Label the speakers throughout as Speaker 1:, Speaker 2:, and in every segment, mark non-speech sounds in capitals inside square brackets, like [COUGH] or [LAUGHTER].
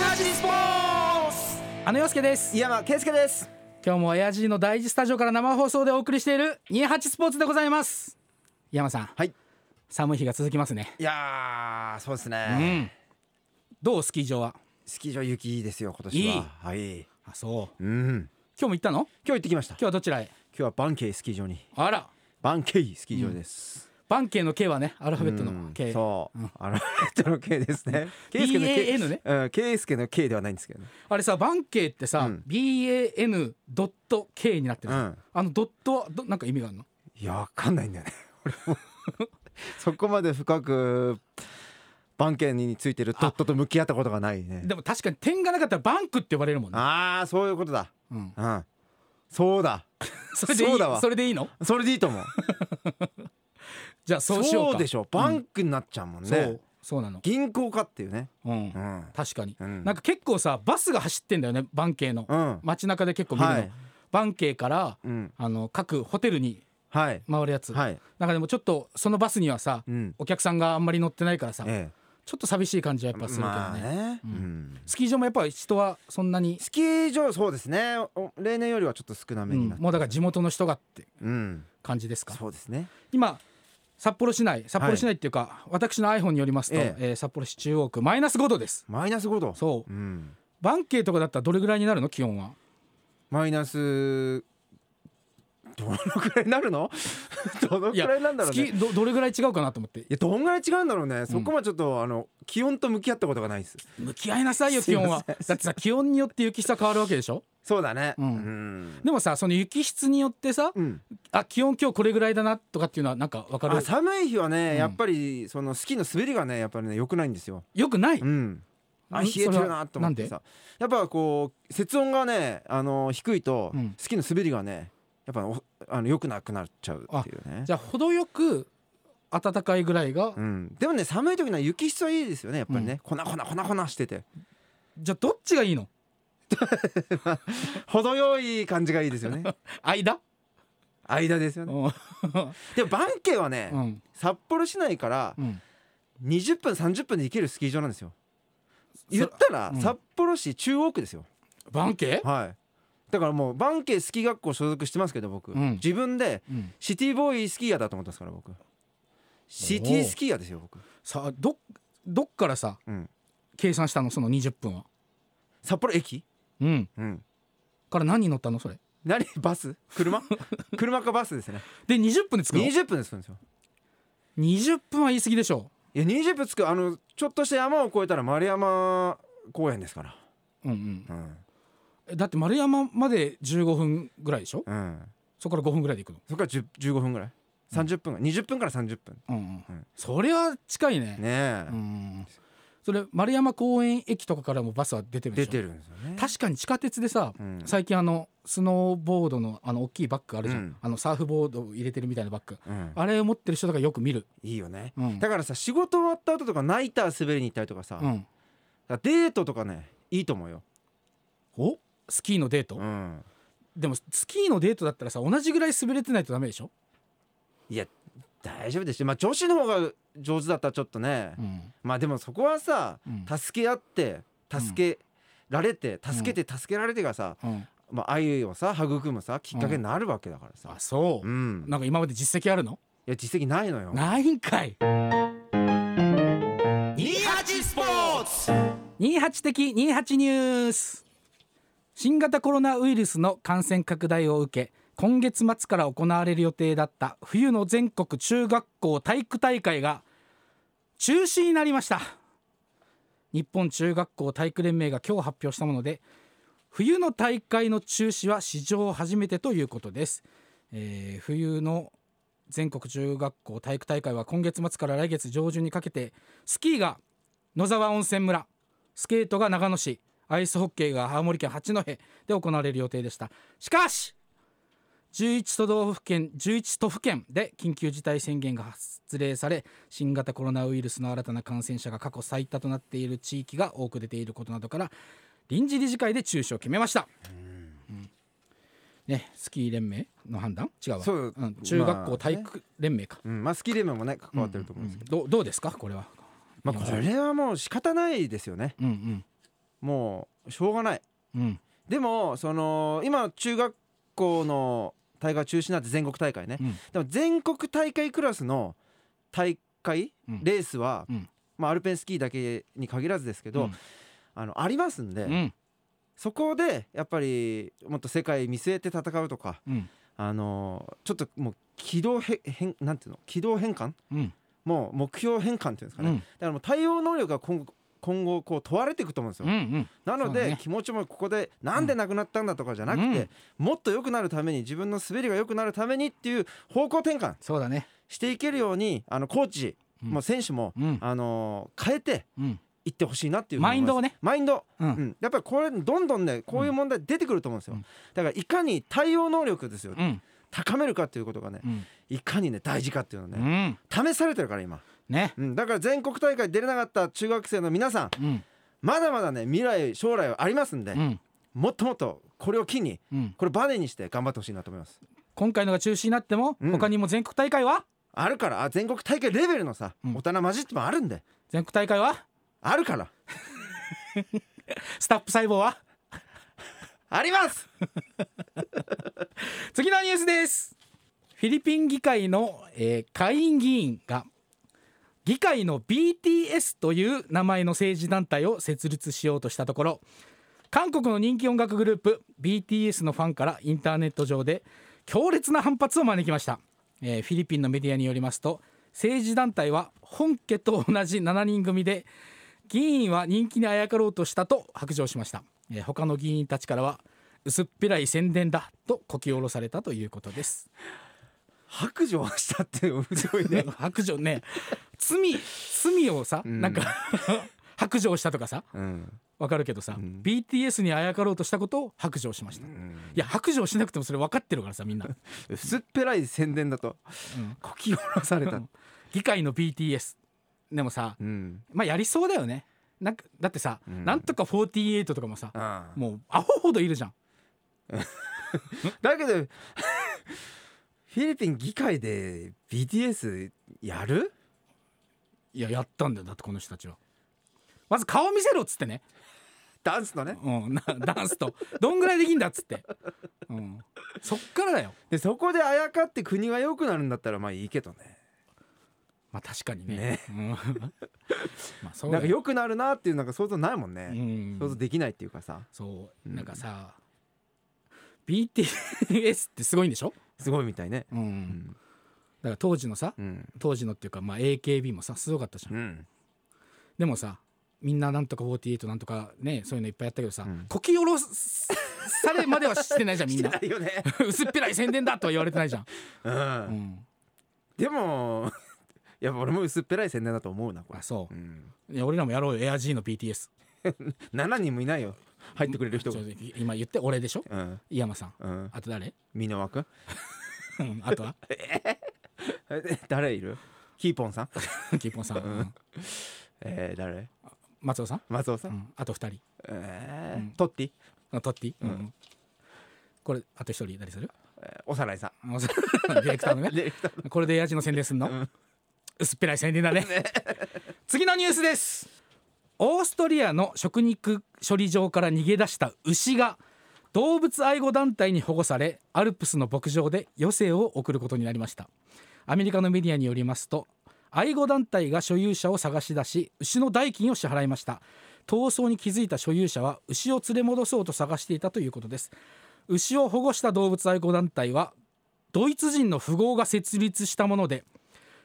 Speaker 1: ラジリスポーツ
Speaker 2: あの洋介です
Speaker 1: 井山圭介です
Speaker 2: 今日も親父の第一スタジオから生放送でお送りしている28スポーツでございます井山さん
Speaker 1: はい
Speaker 2: 寒い日が続きますね
Speaker 1: いやーそうです
Speaker 2: う
Speaker 1: ね、
Speaker 2: んどうスキー場は
Speaker 1: スキー場雪ですよ今年ははい
Speaker 2: あそう
Speaker 1: うん
Speaker 2: 今日も行ったの今
Speaker 1: 今日行ってきました今
Speaker 2: 日はどちらへ
Speaker 1: 日はバンケイスキー場に
Speaker 2: あら
Speaker 1: バンケイスキー場です、
Speaker 2: バンケイの K はねアルファベット
Speaker 1: う
Speaker 2: の
Speaker 1: ん
Speaker 2: K
Speaker 1: そう、アルファベットの K です [LAUGHS] ね。圭介の K
Speaker 2: BAN ね
Speaker 1: うん、圭介の K ではないんですけどね。
Speaker 2: あれさバンケイってさ、
Speaker 1: うん
Speaker 2: BAN.K になってるじゃん
Speaker 1: うん
Speaker 2: あのドットはどなんか意味があるの
Speaker 1: いや、わかんないんだよ [LAUGHS] ね。俺もそこまで深くバンケイについてるドットと向き合ったことがないね。
Speaker 2: でも確かに点がなかったらバンクって呼ばれるもんね
Speaker 1: ああ、そういうことだ。
Speaker 2: うん
Speaker 1: うん、そうだ。
Speaker 2: それでい
Speaker 1: そ
Speaker 2: いう
Speaker 1: だわ
Speaker 2: それでいいの
Speaker 1: それでいいと思う。
Speaker 2: じゃあそうしようか
Speaker 1: そうでしょバンクになっちゃうもん
Speaker 2: そ
Speaker 1: ね
Speaker 2: う。そうなの
Speaker 1: 銀行かっていうね。
Speaker 2: うん
Speaker 1: うん。
Speaker 2: 確かに、
Speaker 1: うん
Speaker 2: なんか結構さバスが走ってんだよねバンケイの、
Speaker 1: うん
Speaker 2: 街中で結構見るの、
Speaker 1: はい
Speaker 2: バンケイから、
Speaker 1: うん。
Speaker 2: あの各ホテルに
Speaker 1: はい。
Speaker 2: 回るやつ、
Speaker 1: はい。
Speaker 2: なんかでもちょっとそのバスにはさ、
Speaker 1: うん。
Speaker 2: お客さんがあんまり乗ってないからさ、
Speaker 1: え
Speaker 2: ちょっと寂しい感じはや
Speaker 1: え。
Speaker 2: っぱするけどね,、
Speaker 1: まあね。うん。
Speaker 2: スキー場もやっぱ人はそんなに、
Speaker 1: スキー場そうですね。お例年よりはちょっと少な
Speaker 2: う
Speaker 1: めに
Speaker 2: ん
Speaker 1: なっ
Speaker 2: もうだから地元の人がって
Speaker 1: うん。
Speaker 2: 感じですか
Speaker 1: そうですね。
Speaker 2: 今札幌市内札幌市内っていうか、私の iPhone によりますと、え
Speaker 1: え
Speaker 2: ー札幌市中央区マイナス5度です
Speaker 1: マイナス5度。
Speaker 2: そう
Speaker 1: う。ん。
Speaker 2: バンケイとかだったらどれぐらいになるの気温は
Speaker 1: マイナス。どのくらいになるの？ [LAUGHS] どのくらいなんだろうね。
Speaker 2: 月どどれぐらい違うかなと思って
Speaker 1: いやどんぐらい違うんだろうね。そこはちょっと、あの気温と向き合ったことがないです。
Speaker 2: 向き合いなさいよ気温はだってさ気温によって雪質は変わるわけでしょ
Speaker 1: そうだね。
Speaker 2: うん
Speaker 1: うん。
Speaker 2: でもさその雪質によってさ
Speaker 1: うん。
Speaker 2: あ気温今日これぐらいだなとかっていうのはなんか分かる
Speaker 1: あ寒い日はね、
Speaker 2: うん
Speaker 1: やっぱりそのスキーの滑りがねやっぱりね良くないんですよ。
Speaker 2: よくない
Speaker 1: うん。あ
Speaker 2: ん
Speaker 1: 冷えてるなと思ってさ。やっぱこう雪温がねあの低いと、
Speaker 2: うん
Speaker 1: スキーの滑りがねやっぱおあの良くなくなっちゃうっていうね。
Speaker 2: じゃあ程よく暖かいぐらいが
Speaker 1: うん、でもね寒い時の雪質はいいですよねやっぱりね、粉粉粉粉してて
Speaker 2: じゃあどっちがいいの
Speaker 1: 程よい感じがいいですよ
Speaker 2: [LAUGHS]
Speaker 1: ね
Speaker 2: 間
Speaker 1: 間ですよ
Speaker 2: う
Speaker 1: ね
Speaker 2: ん
Speaker 1: でもバンケイはね、
Speaker 2: うん
Speaker 1: 札幌市内から
Speaker 2: うん
Speaker 1: 20分30分で行けるスキー場なんですよ
Speaker 2: そ
Speaker 1: 言ったら、
Speaker 2: うん
Speaker 1: 札幌市中央区ですよ
Speaker 2: バンケイ
Speaker 1: はい。だからもうバンケイスキー学校所属してますけど僕、
Speaker 2: うん
Speaker 1: 自分で
Speaker 2: うん
Speaker 1: シティボーイスキーヤーだと思ってますから僕シティスキーヤーですよ僕、
Speaker 2: さあどどっからさ
Speaker 1: うん、
Speaker 2: 計算したのその20分は
Speaker 1: 札幌駅、
Speaker 2: うん
Speaker 1: うん、
Speaker 2: から何に乗ったのそれ
Speaker 1: 何 [LAUGHS] バス
Speaker 2: [LAUGHS]
Speaker 1: 車車かバスですね
Speaker 2: で20分で着くの
Speaker 1: 20分で着くんですよ
Speaker 2: 20分は言い過ぎでしょ
Speaker 1: いや20分着くあのちょっとした山を越えたら丸山公園ですから
Speaker 2: うんうん
Speaker 1: うん、
Speaker 2: えだって丸山まで15分ぐらいでしょ
Speaker 1: うん、
Speaker 2: そこから5分ぐらいで行くの
Speaker 1: そこから10 15分ぐらい30分ぐらい20分から30分
Speaker 2: うんうん
Speaker 1: うん
Speaker 2: それは近いね
Speaker 1: ねえ、
Speaker 2: うんそれ丸山公園駅とかからもバスは出てるでし
Speaker 1: 出
Speaker 2: ょ
Speaker 1: てるんですよね
Speaker 2: 確かに地下鉄でさ、
Speaker 1: うん
Speaker 2: 最近あのスノーボードのあの大きいバッグあるじゃん、
Speaker 1: うん
Speaker 2: あのサーフボードを入れてるみたいなバッグ
Speaker 1: うん、
Speaker 2: あれを持ってる人とかよく見る
Speaker 1: いいよね
Speaker 2: うん、
Speaker 1: だからさ仕事終わった後とかナイター滑りに行ったりとかさ、
Speaker 2: う
Speaker 1: だか
Speaker 2: ん、
Speaker 1: らデートとかねいいと思うよ、
Speaker 2: おスキーのデート、
Speaker 1: うん、
Speaker 2: でもスキーのデートだったらさ同じぐらい滑れてないとダメでしょ、
Speaker 1: いや大丈夫でしょ、まあ、女子の方が上手だったらちょっとね、
Speaker 2: うん
Speaker 1: まあでもそこはさ
Speaker 2: うん
Speaker 1: 助け合って助けられて
Speaker 2: ん
Speaker 1: 助けて助けられてがさ、
Speaker 2: うん、
Speaker 1: まあ、愛をさ育むさきっかけになるわけだからさ
Speaker 2: あ、そうう、
Speaker 1: んい
Speaker 2: なんか今まで実績あるの
Speaker 1: や実績ないのよ
Speaker 2: ないんかい
Speaker 1: 28スポーツ
Speaker 2: 28的28ニュース新型コロナウイルスの感染拡大を受け今月末から行われる予定だった冬の全国中学校体育大会が中止になりました日本中学校体育連盟が今日発表したもので冬の大会の中止は史上初めてということです、えー冬の全国中学校体育大会は今月末から来月上旬にかけてスキーが野沢温泉村スケートが長野市アイスホッケーが青森県八戸で行われる予定でしたしかし11都道府県11都府県で緊急事態宣言が発令され新型コロナウイルスの新たな感染者が過去最多となっている地域が多く出ていることなどから臨時理事会で中止を決めました、うんね、スキー連盟の判断違うわ
Speaker 1: そう
Speaker 2: うん中学
Speaker 1: ま
Speaker 2: 校
Speaker 1: あ
Speaker 2: 体育連盟か、
Speaker 1: うんまあスキーレムもね関わってると思うんですけ
Speaker 2: どうどうですかこれは
Speaker 1: ど、まあこれはもう仕方ないですよね
Speaker 2: うんうん
Speaker 1: もうしょうがない
Speaker 2: うん
Speaker 1: でもその今中学校の大会中止になって全国大会ね、
Speaker 2: うん
Speaker 1: でも全国大会クラスの大会、
Speaker 2: うん
Speaker 1: レースは、
Speaker 2: うん
Speaker 1: まあ、アルペンスキーだけに限らずですけど、
Speaker 2: うん
Speaker 1: あのありますんで、
Speaker 2: うん
Speaker 1: そこでやっぱりもっと世界見据えて戦うとか、
Speaker 2: うん
Speaker 1: あのちょっともう軌道へ変なんていうの軌道変換
Speaker 2: うん
Speaker 1: もう目標変換っていうんですか
Speaker 2: う
Speaker 1: ね、だ
Speaker 2: ん
Speaker 1: からもう対応能力が今後今後こう問われていくと思うんですよ、
Speaker 2: うん
Speaker 1: なの
Speaker 2: そう
Speaker 1: で
Speaker 2: ね
Speaker 1: 気持ちもここでなんでなくなったんだとかじゃなくて、もっと良くなるために自分の滑りが良くなるためにっていう方向転換
Speaker 2: そうだね
Speaker 1: していけるようにあのコーチ
Speaker 2: うん
Speaker 1: も選手も、
Speaker 2: うん
Speaker 1: あの変えて
Speaker 2: うん
Speaker 1: いってほしいなっていうふうに
Speaker 2: マ
Speaker 1: 思い
Speaker 2: イン
Speaker 1: ます
Speaker 2: ドをね
Speaker 1: マインド、
Speaker 2: う
Speaker 1: うんん、やっぱりこれどんどんねこういう問題出てくると思うんですよ、
Speaker 2: うん
Speaker 1: だからいかに対応能力ですよ、
Speaker 2: うん
Speaker 1: 高めるかっていうことがね
Speaker 2: うん
Speaker 1: いかにね大事かっていうの
Speaker 2: う
Speaker 1: ね、
Speaker 2: ん
Speaker 1: 試されてるから今、
Speaker 2: ね
Speaker 1: うん、だから全国大会出れなかった中学生の皆さん
Speaker 2: うん
Speaker 1: まだまだね未来将来はありますんで、
Speaker 2: うん
Speaker 1: もっともっとこれを機に
Speaker 2: うん
Speaker 1: これバネにして頑張ってほしいなと思います
Speaker 2: 今回のが中止になっても
Speaker 1: うん
Speaker 2: 他にも全国大会は
Speaker 1: あるからあ全国大会レベルのさ、
Speaker 2: うん
Speaker 1: 大人混じってもあるんで
Speaker 2: 全国大会は
Speaker 1: あるから
Speaker 2: スタッフ細胞は
Speaker 1: あります
Speaker 2: 次のニュースですフィリピン議会の、えー下院議員が議会の BTS という名前の政治団体を設立しようとしたところ韓国の人気音楽グループ BTS のファンからインターネット上で強烈な反発を招きました、えーフィリピンのメディアによりますと政治団体は本家と同じ7人組で議員は人気にあやかろうとしたと白状しました、えー他の議員たちからは薄っぺらい宣伝だとこき下ろされたということです
Speaker 1: 白状したって面白い
Speaker 2: [LAUGHS]
Speaker 1: ね
Speaker 2: ね白状ね罪罪をさ、
Speaker 1: ん
Speaker 2: なんか [LAUGHS] 白状したとかさ
Speaker 1: うん、
Speaker 2: わかるけどさ、
Speaker 1: うん
Speaker 2: BTS にあやかろうとしたことを白状しました、いや白状しなくてもそれ分かってるからさみん
Speaker 1: [LAUGHS]
Speaker 2: な、
Speaker 1: 薄っぺらい宣伝だと
Speaker 2: うん
Speaker 1: こき下ろされた、
Speaker 2: 議会の BTS でもさ
Speaker 1: うん、
Speaker 2: まあやりそうだよねなんかだってさ、
Speaker 1: うん
Speaker 2: なんとか48とかもさ
Speaker 1: ああ
Speaker 2: もうアホほどいるじゃん
Speaker 1: だけど [LAUGHS] フィリピン議会で BTS やる
Speaker 2: いややったんだよだってこの人たちはまず顔見せろっつってね
Speaker 1: ダンスのね
Speaker 2: うん、なダン
Speaker 1: [LAUGHS]
Speaker 2: スとどんぐらいできんだっつって、うん、そっからだよ
Speaker 1: でそこであやかって国が良くなるんだったらまあいいけどね
Speaker 2: まあ確かにね
Speaker 1: ね
Speaker 2: うん、 [LAUGHS] まあそう
Speaker 1: な
Speaker 2: だ
Speaker 1: んか
Speaker 2: よ、
Speaker 1: 良くなるなっていうなんか想像ないもん
Speaker 2: う
Speaker 1: ね、
Speaker 2: ん、
Speaker 1: 想像できないっていうかさ
Speaker 2: そう
Speaker 1: うん
Speaker 2: なんかさ、BTS ってすごいんでしょ、
Speaker 1: すごいみたいね
Speaker 2: うん
Speaker 1: うん
Speaker 2: だから当時のさ
Speaker 1: うん
Speaker 2: 当時のっていうか、まあ、AKB もさすごかったじゃん、
Speaker 1: うん
Speaker 2: でもさみんななんとか48なんとかねそういうのいっぱいやったけどさ、
Speaker 1: うん
Speaker 2: こき下ろされまではしてないじゃんみん
Speaker 1: して
Speaker 2: な
Speaker 1: ないよね
Speaker 2: 薄っぺらい宣伝だとは言われてないじゃん、
Speaker 1: うん、
Speaker 2: うん、
Speaker 1: でもやっぱ俺も薄っぺらい宣伝だと思うなこれ
Speaker 2: あ、そう
Speaker 1: うん、
Speaker 2: いや俺らもやろうよエア G の BTS
Speaker 1: 7人もいないよ入ってくれる人
Speaker 2: ち
Speaker 1: が
Speaker 2: ょい今言って俺でしょ
Speaker 1: うん
Speaker 2: 井山さん
Speaker 1: うん
Speaker 2: あと誰
Speaker 1: 箕輪君
Speaker 2: うん
Speaker 1: [LAUGHS]
Speaker 2: あとは
Speaker 1: え誰いるキーポ [LAUGHS] ンさん、
Speaker 2: キーポンさん、うん
Speaker 1: えー、誰
Speaker 2: 松尾さん、
Speaker 1: 松尾さ、
Speaker 2: うんん、あと2人
Speaker 1: えー
Speaker 2: うん
Speaker 1: トッティ、
Speaker 2: あトッティ、うん
Speaker 1: うん
Speaker 2: これあと1人誰す [LAUGHS] る
Speaker 1: えーおさらい [LAUGHS] さん
Speaker 2: あそうディレクター [LAUGHS] のね
Speaker 1: ディレクター
Speaker 2: これでヤジの宣伝すんの、
Speaker 1: ん
Speaker 2: 薄っぺらい宣伝だね次のニュースですオーストリアの食肉処理場から逃げ出した牛が動物愛護団体に保護されアルプスの牧場で余生を送ることになりましたアメリカのメディアによりますと愛護団体が所有者を探し出し牛の代金を支払いました逃走に気づいた所有者は牛を連れ戻そうと探していたということです牛を保護した動物愛護団体はドイツ人の富豪が設立したもので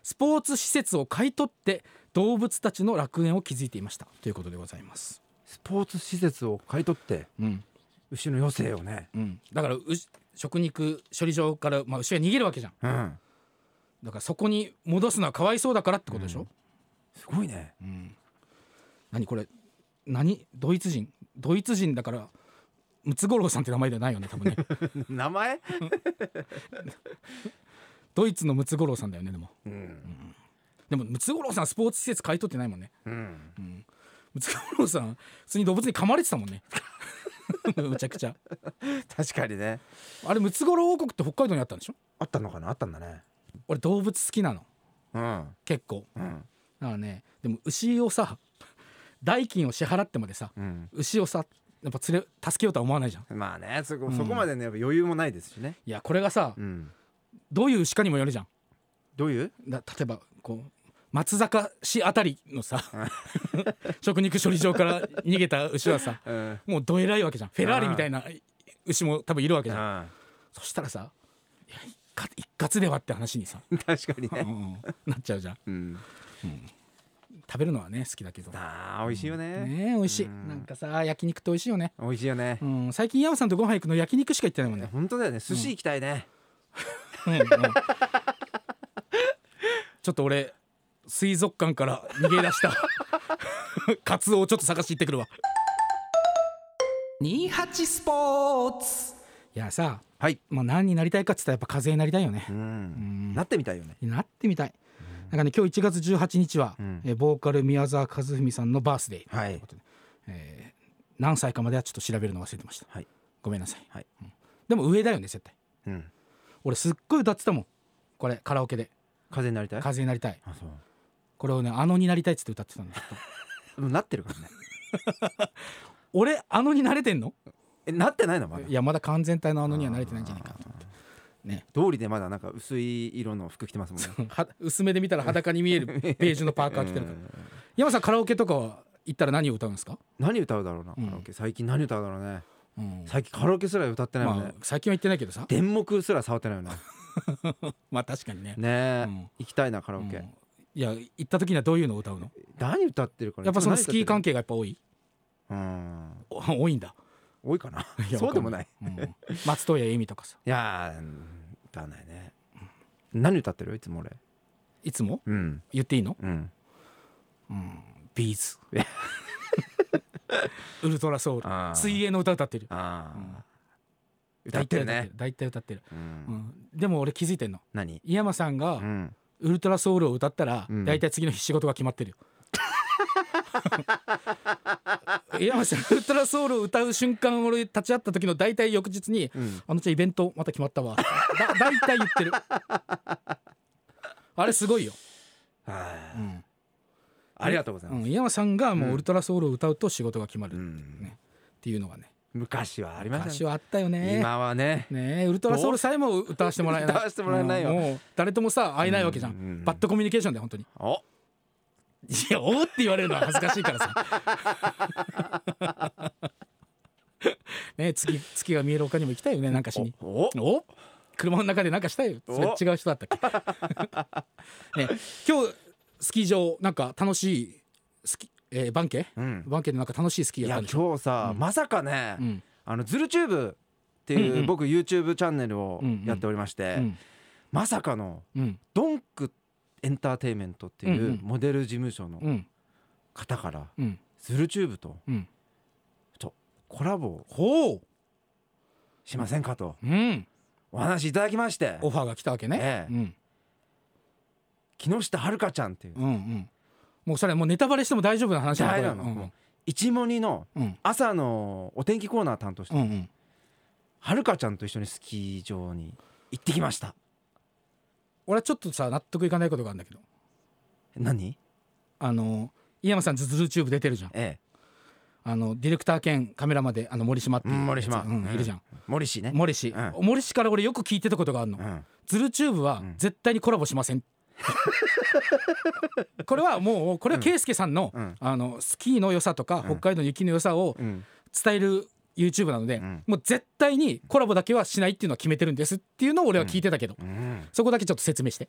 Speaker 2: スポーツ施設を買い取って動物たちの楽園を築いていましたということでございます。
Speaker 1: スポーツ施設を買い取って
Speaker 2: うん
Speaker 1: 牛の余生をね
Speaker 2: うん、だから牛食肉処理場から、まあ、牛が逃げるわけじゃん
Speaker 1: うん
Speaker 2: だからそこに戻すのはかわいそうだからってことでしょ、
Speaker 1: すごいね
Speaker 2: 何これ何ドイツ人ドイツ人だからムツゴロウさんって名前ではないよね多分ね
Speaker 1: [LAUGHS] 名前
Speaker 2: ドイツのムツゴロウさんだよねでも
Speaker 1: うん
Speaker 2: でもムツゴロウさんスポーツ施設買い取ってないもんね
Speaker 1: うん
Speaker 2: ムツゴロウさん普通に動物に噛まれてたもんね [LAUGHS] むちゃくちゃ
Speaker 1: 確かにね
Speaker 2: あれムツゴロウ王国って北海道にあったんでしょ
Speaker 1: あったのかなあったんだね
Speaker 2: 俺動物好きなの
Speaker 1: うん
Speaker 2: 結構
Speaker 1: うん
Speaker 2: だからねでも牛をさ代金を支払ってまでさ
Speaker 1: うん、
Speaker 2: 牛をさやっぱ連れ助けようとは思わないじゃん
Speaker 1: まあねそこそこまでねやっぱ余裕もないですしね、
Speaker 2: いやこれがさ
Speaker 1: うん、
Speaker 2: どういう牛かにもよるじゃん
Speaker 1: どういう
Speaker 2: だ例えばこう松坂市あたり
Speaker 1: [LAUGHS]
Speaker 2: のさ食肉処理場から逃げた牛はさ
Speaker 1: うん
Speaker 2: もうどえらいわけじゃんフェラーリみたいな牛も多分いるわけじゃん
Speaker 1: あ [LAUGHS]
Speaker 2: そしたらさいや一括一括ではって話
Speaker 1: [LAUGHS]
Speaker 2: にさ、
Speaker 1: あ確かに
Speaker 2: うん
Speaker 1: ね、
Speaker 2: なっちゃ [LAUGHS] うじゃん
Speaker 1: うん、
Speaker 2: 食べるのはね好きだけどね
Speaker 1: ああ美味しいよね
Speaker 2: え美味しい
Speaker 1: うん
Speaker 2: なんかさ焼肉って美味しいよね
Speaker 1: 美味しいよね、
Speaker 2: うん最近山さんとご飯行くの焼肉しか行ってないもんね
Speaker 1: 本当だよね寿司行きたいね、
Speaker 2: うんうんちょっと俺水族館から逃げ出 [LAUGHS] したカツオをちょっと探し行ってくるわ28スポーツいやさ
Speaker 1: はい
Speaker 2: もう何になりたいかっつったらやっぱ風になりたいよね
Speaker 1: う、
Speaker 2: ん
Speaker 1: んなってみたいよね
Speaker 2: なってみたいなんかね今日1月18日は、
Speaker 1: うん
Speaker 2: えーボーカル宮沢和史さんのバースデー、
Speaker 1: はい
Speaker 2: えー何歳かまではちょっと調べるの忘れてました
Speaker 1: はい
Speaker 2: ごめんなさい、
Speaker 1: はい
Speaker 2: うんでも上だよね絶対
Speaker 1: うん
Speaker 2: 俺すっごい歌ってたもんこれカラオケで
Speaker 1: 風になりた
Speaker 2: 「
Speaker 1: い
Speaker 2: 風になりたい
Speaker 1: あそう」
Speaker 2: これをね「あのになりたい」っつって歌ってたのずっと
Speaker 1: もうなってる
Speaker 2: [LAUGHS]
Speaker 1: からね
Speaker 2: 俺あのになれてんの
Speaker 1: えなってないのまだ
Speaker 2: いやまだ完全体のあのには慣れてないんじゃないかなと思って
Speaker 1: 通りでまだなんか薄い色の服着てますもんね
Speaker 2: うんは [LAUGHS] 薄めで見たら裸に見えるベージュのパーカー着てるか
Speaker 1: う
Speaker 2: [LAUGHS] ら
Speaker 1: ん
Speaker 2: 山さんカラオケとかは行ったら何を歌うんですか、
Speaker 1: 何歌うだろうな
Speaker 2: うん
Speaker 1: カラオケ最近何歌うだろうね
Speaker 2: うん
Speaker 1: 最近カラオケすら歌ってないよ
Speaker 2: まあ
Speaker 1: ね、
Speaker 2: 最近は行ってないけどさ
Speaker 1: 電目すら触ってないよね
Speaker 2: [LAUGHS] まあ確かにね
Speaker 1: ねえ
Speaker 2: うん
Speaker 1: 行きたいなカラオ
Speaker 2: う
Speaker 1: ケ
Speaker 2: んいや行った時にはどういうのを歌うの
Speaker 1: 何歌ってるかな
Speaker 2: やっぱそのスキー関
Speaker 1: 係
Speaker 2: 係がやっぱ多い [LAUGHS]
Speaker 1: うん
Speaker 2: お多いんだ
Speaker 1: 多いかない
Speaker 2: や
Speaker 1: そうでもない
Speaker 2: わかんないうん松任谷由実とかさ
Speaker 1: いやーうん歌わないね何歌ってるいつも俺
Speaker 2: いつも
Speaker 1: うん
Speaker 2: 言っていいの
Speaker 1: うん
Speaker 2: ビ [LAUGHS] ーズウルトラソウル
Speaker 1: あー
Speaker 2: 水泳の歌歌ってる
Speaker 1: あー
Speaker 2: うん
Speaker 1: 歌ってるね
Speaker 2: 大体歌ってる、
Speaker 1: うん
Speaker 2: うん、でも俺気づいてんの
Speaker 1: 何
Speaker 2: 井山さん
Speaker 1: う
Speaker 2: が
Speaker 1: ん
Speaker 2: ウルトラソウルを歌ったら
Speaker 1: うん
Speaker 2: 大体次の日仕事が決まってるよ [LAUGHS] 井山さんウルトラソウルを歌う瞬間俺立ち会った時の大体翌日に
Speaker 1: うん
Speaker 2: あのちゃんイベントまた決まったわだ大体言って
Speaker 1: [LAUGHS]
Speaker 2: るあれすごいよ、
Speaker 1: は
Speaker 2: う
Speaker 1: い
Speaker 2: ん
Speaker 1: ありがとうございうます
Speaker 2: ん、井山さんがもううんウルトラソウルを歌うと仕事が決まる
Speaker 1: う
Speaker 2: っ
Speaker 1: ん
Speaker 2: ていうのがね
Speaker 1: 昔はありました
Speaker 2: 昔
Speaker 1: ね
Speaker 2: はあったよね
Speaker 1: 今はね
Speaker 2: ねえウルトラソウルさえも歌わせてもらえない
Speaker 1: 歌わせてもらえないよ
Speaker 2: うんもう誰ともさ会えないわけじゃん、
Speaker 1: うんうん
Speaker 2: バッドコミュニケーションで本当に
Speaker 1: お
Speaker 2: いやおーって言われるのは恥ずかしいから
Speaker 1: [LAUGHS]
Speaker 2: さねえ月月が見える丘にも行きたいよねなんかしに
Speaker 1: お
Speaker 2: お車の中でなんかしたいよそれ
Speaker 1: お
Speaker 2: 違う人だったっ
Speaker 1: [LAUGHS]
Speaker 2: けねえ今日スキー場なんか楽しいスキ、えー、バンケ
Speaker 1: うん
Speaker 2: バンケでなんか楽しいスキ
Speaker 1: い
Speaker 2: ーやった
Speaker 1: や
Speaker 2: んでしょ
Speaker 1: 今日さまさかね
Speaker 2: うん
Speaker 1: あのズルチューブって
Speaker 2: うんう
Speaker 1: い
Speaker 2: ん
Speaker 1: う僕 YouTube チャンネルを
Speaker 2: うんうん
Speaker 1: やっておりまし
Speaker 2: う
Speaker 1: て
Speaker 2: ん
Speaker 1: まさかの
Speaker 2: うん
Speaker 1: ドンクエンターテインメントって
Speaker 2: うんう
Speaker 1: い
Speaker 2: ん
Speaker 1: うモデル事務所の
Speaker 2: うん
Speaker 1: 方から
Speaker 2: うん
Speaker 1: ズルチューブと
Speaker 2: うん
Speaker 1: コラボ
Speaker 2: ほう
Speaker 1: しませんかと
Speaker 2: うん
Speaker 1: お話いただきまして
Speaker 2: オファーが来たわけね、
Speaker 1: ええ
Speaker 2: うん
Speaker 1: 木下遥ちゃんっていう
Speaker 2: うんうんもうそれもうネタバレしても大丈夫な話だ
Speaker 1: 誰な
Speaker 2: これ
Speaker 1: の一モニの
Speaker 2: うんうん
Speaker 1: 朝のお天気コーナー担当して
Speaker 2: うんうん
Speaker 1: はるかちゃんと一緒にスキー場に行ってきました
Speaker 2: 俺はちょっとさ納得いかないことがあるんだけど
Speaker 1: 何
Speaker 2: あの井山さんズズルチューブ出てるじゃん
Speaker 1: え
Speaker 2: あのディレクター兼カメラまであの森島っていう
Speaker 1: うん森島
Speaker 2: やつうん
Speaker 1: うん
Speaker 2: いるじゃん
Speaker 1: え森氏ね
Speaker 2: 森氏、
Speaker 1: う
Speaker 2: 森氏から俺よく聞いてたことがあるの、
Speaker 1: うん
Speaker 2: ズルチューブは
Speaker 1: うん
Speaker 2: 絶対にコラボしません
Speaker 1: [LAUGHS]
Speaker 2: これはもうこれは圭介さんの,、
Speaker 1: うん
Speaker 2: あのスキーの良さとか、北海道の雪の良さを
Speaker 1: うん
Speaker 2: 伝える YouTube なので、
Speaker 1: ん
Speaker 2: もう絶対にコラボだけはしないっていうのは決めてるんですっていうのを俺は聞いてたけど、
Speaker 1: うん
Speaker 2: そこだけちょっと説
Speaker 1: [LAUGHS]
Speaker 2: 明して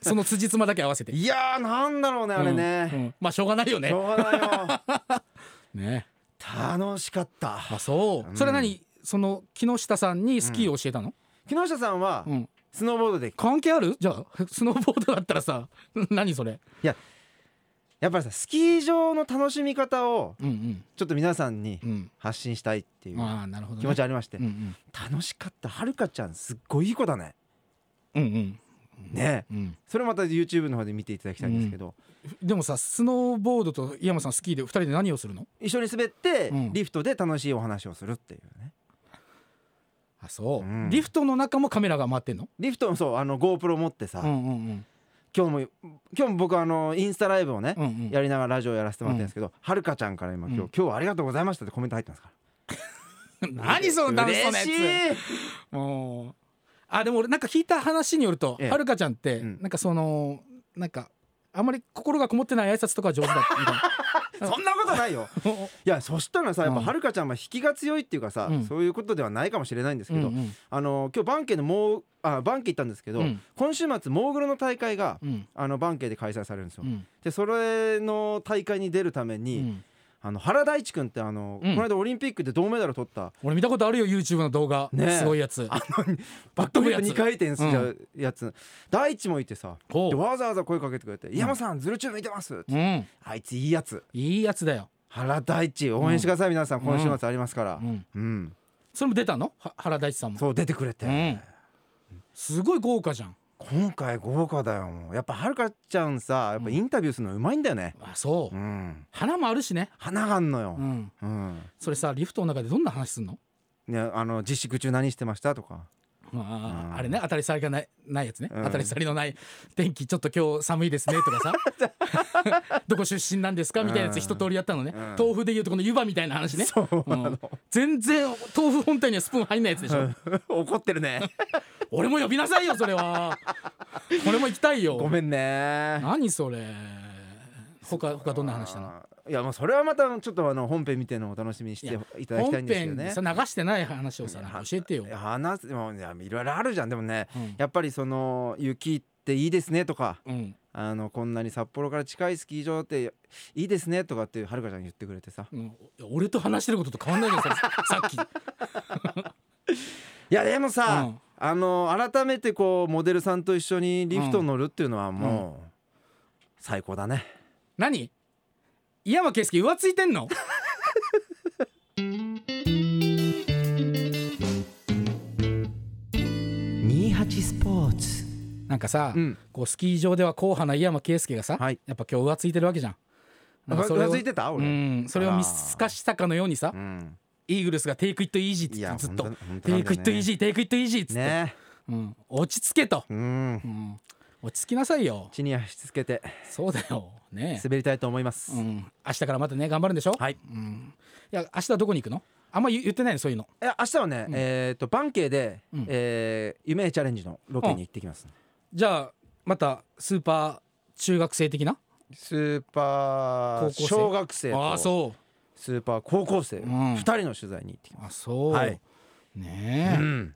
Speaker 2: その辻褄だけ合わせて
Speaker 1: いやーなんだろうねあれ
Speaker 2: うん
Speaker 1: ね
Speaker 2: うんまあしょうがないよ
Speaker 1: し
Speaker 2: ね
Speaker 1: ょうが
Speaker 2: [LAUGHS]
Speaker 1: ない
Speaker 2: ね
Speaker 1: よ楽しかった
Speaker 2: あそう、それは何その木下さんにスキーを教えたの、
Speaker 1: 木下さんは
Speaker 2: うん
Speaker 1: スノーボードで
Speaker 2: 関係あるじゃあスノーボードだったらさ [LAUGHS] 何それ
Speaker 1: いややっぱりさスキー場の楽しみ方を
Speaker 2: うん
Speaker 1: ちょっと皆さんに
Speaker 2: うんうん
Speaker 1: 発信したいっていう
Speaker 2: ああなるほど、ね、
Speaker 1: 気持ちありまして
Speaker 2: うんうん
Speaker 1: 楽しかったはるかちゃんすっごいいい子だね
Speaker 2: うん
Speaker 1: ねえ
Speaker 2: うんうん
Speaker 1: それまた YouTube の方で見ていただきたいんですけど
Speaker 2: でもさスノーボードと井山さんスキーで2人で何をするの
Speaker 1: 一緒に滑って
Speaker 2: うん
Speaker 1: リフトで楽しいお話をするっていうね
Speaker 2: あそう、
Speaker 1: うん
Speaker 2: リフトの中もカメラが回ってんの
Speaker 1: リフトもそうあの GoPro 持って
Speaker 2: う
Speaker 1: さ
Speaker 2: んうんうん
Speaker 1: 今日も今日も僕あのインスタライブをね、
Speaker 2: うんうん
Speaker 1: やりながらラジオやらせてもらってるんですけど、はるかちゃんから今今日、
Speaker 2: うん
Speaker 1: 今日はありがとうございましたってコメント入ってますから
Speaker 2: 何その楽しそうなやつ
Speaker 1: 嬉しい
Speaker 2: もうあでも俺なんか聞いた話によると、
Speaker 1: ええ
Speaker 2: はるかちゃんって、
Speaker 1: うん
Speaker 2: なんかそのなんかあんまり心がこもってない挨拶とかは上手だってみたい
Speaker 1: [LAUGHS] そんなことないよ
Speaker 2: なお
Speaker 1: いやそしたらさやっぱ
Speaker 2: うん
Speaker 1: はるかちゃんは引きが強いっていうかさ、
Speaker 2: うん
Speaker 1: そういうことではないかもしれないんですけど、
Speaker 2: うんうん
Speaker 1: あの今日バンケのもうあバンケ行ったんですけど、
Speaker 2: うん
Speaker 1: 今週末モーグルの大会が
Speaker 2: うん
Speaker 1: あのバンケで開催されるんですよ、
Speaker 2: うん
Speaker 1: でそれの大会に出るため
Speaker 2: う
Speaker 1: に、
Speaker 2: ん
Speaker 1: あの原大地君ってあの、
Speaker 2: うん
Speaker 1: この間オリンピックで銅メダル取った
Speaker 2: 俺見たことあるよ YouTube の動画、
Speaker 1: ねえ
Speaker 2: すごいやつ
Speaker 1: バットフリップ2回転す
Speaker 2: う
Speaker 1: るやつ、大地もいてさ
Speaker 2: ほう
Speaker 1: でわざわざ声かけてくれて「井山さんズルチュー見てます」って
Speaker 2: うん
Speaker 1: あいついいやつ
Speaker 2: いいやつだよ、
Speaker 1: 原大地応援してください皆さん今週末ありますから
Speaker 2: うん、
Speaker 1: うん
Speaker 2: それも出たのは原大地さんも
Speaker 1: そう出てくれ
Speaker 2: う
Speaker 1: て
Speaker 2: んすごい豪華じゃん
Speaker 1: 今回豪華だよもうやっぱはるかちゃんさやっぱインタビューするのうまいんだよね
Speaker 2: あそう、
Speaker 1: うん
Speaker 2: 花もあるしね
Speaker 1: 花があんのよ
Speaker 2: うん
Speaker 1: うん
Speaker 2: それさリフトの中でどんな話すんの
Speaker 1: ねあの自粛中何してましたと
Speaker 2: [LAUGHS]
Speaker 1: か
Speaker 2: あ
Speaker 1: うん
Speaker 2: ーあれね当たり障りがないないやつね、
Speaker 1: うん
Speaker 2: 当たり障りのない天気ちょっと今日寒いですねとかさ [LAUGHS] どこ出身なんですかみたいなや
Speaker 1: う
Speaker 2: つ
Speaker 1: ん
Speaker 2: 一通りやったのね、
Speaker 1: うん
Speaker 2: 豆腐でいうとこの湯葉みたいな話ね
Speaker 1: そうなの
Speaker 2: ん全然豆腐本体にはスプーン入んないやつでしょ、
Speaker 1: 怒ってるね
Speaker 2: 俺も呼びなさいよそれは俺も行きたいよ
Speaker 1: [LAUGHS] ごめんね
Speaker 2: 何それ他他どんな話したの
Speaker 1: あーいやもうそれはまたちょっとあの本編見てのをお楽しみにして
Speaker 2: いや
Speaker 1: いただき
Speaker 2: 本
Speaker 1: たいんですよ
Speaker 2: 編
Speaker 1: ね
Speaker 2: でさ。流してない話をさなんか教えてよ
Speaker 1: いや話すもういやいろいろあるじゃんでもね、
Speaker 2: うん
Speaker 1: やっぱりその雪っていいですねとか
Speaker 2: うん
Speaker 1: あのこんなに札幌から近いスキー場っていいですねとかってはるかちゃん言ってくれてさ
Speaker 2: うんいや俺と話してることと変わんないじゃんささっき
Speaker 1: いやでもさ、
Speaker 2: うん
Speaker 1: あの改めてこうモデルさんと一緒にリフト乗るっていうのはもう最高だね。
Speaker 2: 何井山圭介浮ついてん
Speaker 1: [LAUGHS]
Speaker 2: の
Speaker 1: 28スポーツ
Speaker 2: なんかさ、
Speaker 1: うん
Speaker 2: こうスキー場では硬派な井山圭介がさ、
Speaker 1: はい
Speaker 2: やっぱ今日浮ついてるわけじゃんなんか
Speaker 1: う
Speaker 2: それを
Speaker 1: なずいてた
Speaker 2: う
Speaker 1: 俺、
Speaker 2: んそれを見透かしたかのようにさ
Speaker 1: うん
Speaker 2: イーグルスが「テイクイットイージー」って
Speaker 1: い
Speaker 2: 言っ
Speaker 1: や
Speaker 2: てずっと
Speaker 1: 本当本
Speaker 2: 「
Speaker 1: 当な
Speaker 2: テ
Speaker 1: ん
Speaker 2: イ
Speaker 1: だ
Speaker 2: ク
Speaker 1: よね
Speaker 2: イットイージーテイクイットイージー」っつって、
Speaker 1: ね
Speaker 2: うん「落ち着け」と、
Speaker 1: うん
Speaker 2: うん落ち着きなさいよ
Speaker 1: 地に足つけて
Speaker 2: そうだよね
Speaker 1: 滑りたいと思います、
Speaker 2: う
Speaker 1: い
Speaker 2: ん、明日からまたね頑張るんでしょ、
Speaker 1: はい
Speaker 2: うん、いや明日はどこに行くのあんま言言ってないのそういうの
Speaker 1: や明日はね、えっ、とバンケイで、
Speaker 2: うん
Speaker 1: えー夢へチャレンジのロケに行ってきます、
Speaker 2: じゃあまたスーパー中学生的な
Speaker 1: スーパ
Speaker 2: 高
Speaker 1: ー
Speaker 2: 校生
Speaker 1: 小学生
Speaker 2: ああ
Speaker 1: と
Speaker 2: そ
Speaker 1: スーパー高校生、
Speaker 2: う
Speaker 1: 二
Speaker 2: ん
Speaker 1: 2人の取材に行ってきま
Speaker 2: うあそう、
Speaker 1: はい
Speaker 2: ねえ、
Speaker 1: す、うん、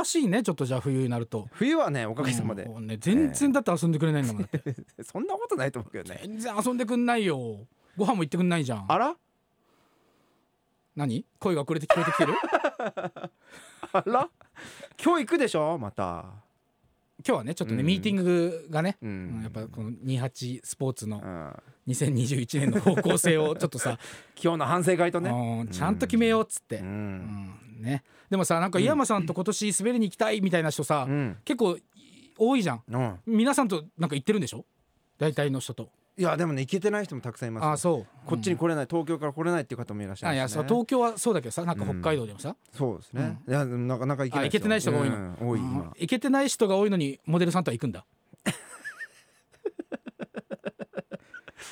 Speaker 2: 忙しいねちょっとじゃあ冬になると
Speaker 1: 冬はねおかげさまで、
Speaker 2: もうね、全然だって遊んでくれないんだもんだって
Speaker 1: [LAUGHS] そんなことないと思うけどね
Speaker 2: 全然遊んでくんないよご飯も行ってくんないじゃん
Speaker 1: あら
Speaker 2: 何声が遅れて聞こえてき
Speaker 1: [LAUGHS]
Speaker 2: てる
Speaker 1: あら今日行くでしょまた
Speaker 2: 今日はねちょっとね、
Speaker 1: うん
Speaker 2: ミーティングがね、
Speaker 1: う
Speaker 2: うんんやっぱこの28スポーツの
Speaker 1: うん
Speaker 2: 2021年の方向性をちょっとさ、
Speaker 1: 今日の反省会 [LAUGHS] とね
Speaker 2: うんちゃんと決めようっつって、
Speaker 1: う、
Speaker 2: うんんね、でもさなんか井山さんと今年滑りに行きたいみたいな人さ、
Speaker 1: うん
Speaker 2: 結構多いじゃん
Speaker 1: うん、
Speaker 2: 皆さんとなんか行ってるんでしょ大体の人と
Speaker 1: いやでもね行けてない人もたくさんいます、
Speaker 2: ああそう
Speaker 1: こっちに来れない東京から来れないっていう方もいらっしゃ
Speaker 2: あい
Speaker 1: い
Speaker 2: や
Speaker 1: ます、
Speaker 2: さ
Speaker 1: ね、
Speaker 2: 東京はそうだけどさなんか北海道でもさ、
Speaker 1: そうですね、いやでもなかなか行け
Speaker 2: あ
Speaker 1: ない
Speaker 2: 行けてない人が多いの、
Speaker 1: うん多い
Speaker 2: うん
Speaker 1: 今
Speaker 2: 行けてない人が多いのにモデルさんとは行く
Speaker 1: [LAUGHS]
Speaker 2: んだ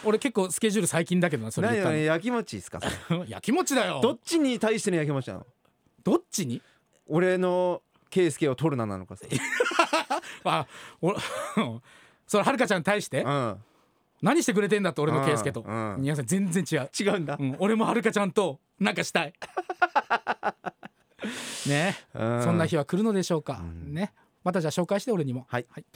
Speaker 2: 俺結構スケジュール最近だけどなそれ
Speaker 1: 何
Speaker 2: 言
Speaker 1: よ
Speaker 2: ったの
Speaker 1: ねやきもちですか
Speaker 2: [LAUGHS] いや気持ちだよ
Speaker 1: どっちに対してのやきもちなの
Speaker 2: どっちに
Speaker 1: 俺の圭介を取るななのかさ、
Speaker 2: あ俺 [LAUGHS] それはるかちゃんに対して
Speaker 1: うん、
Speaker 2: 何してくれてんだって俺の圭介と
Speaker 1: うんうん
Speaker 2: 皆さん全然違う、
Speaker 1: 違うんだ、
Speaker 2: うん、俺もはるかちゃんとなんか
Speaker 1: [LAUGHS]
Speaker 2: したいねえ
Speaker 1: う
Speaker 2: そんな日は来るのでしょうか、
Speaker 1: ん
Speaker 2: ねまたじゃあ紹介して俺にも
Speaker 1: はい
Speaker 2: はい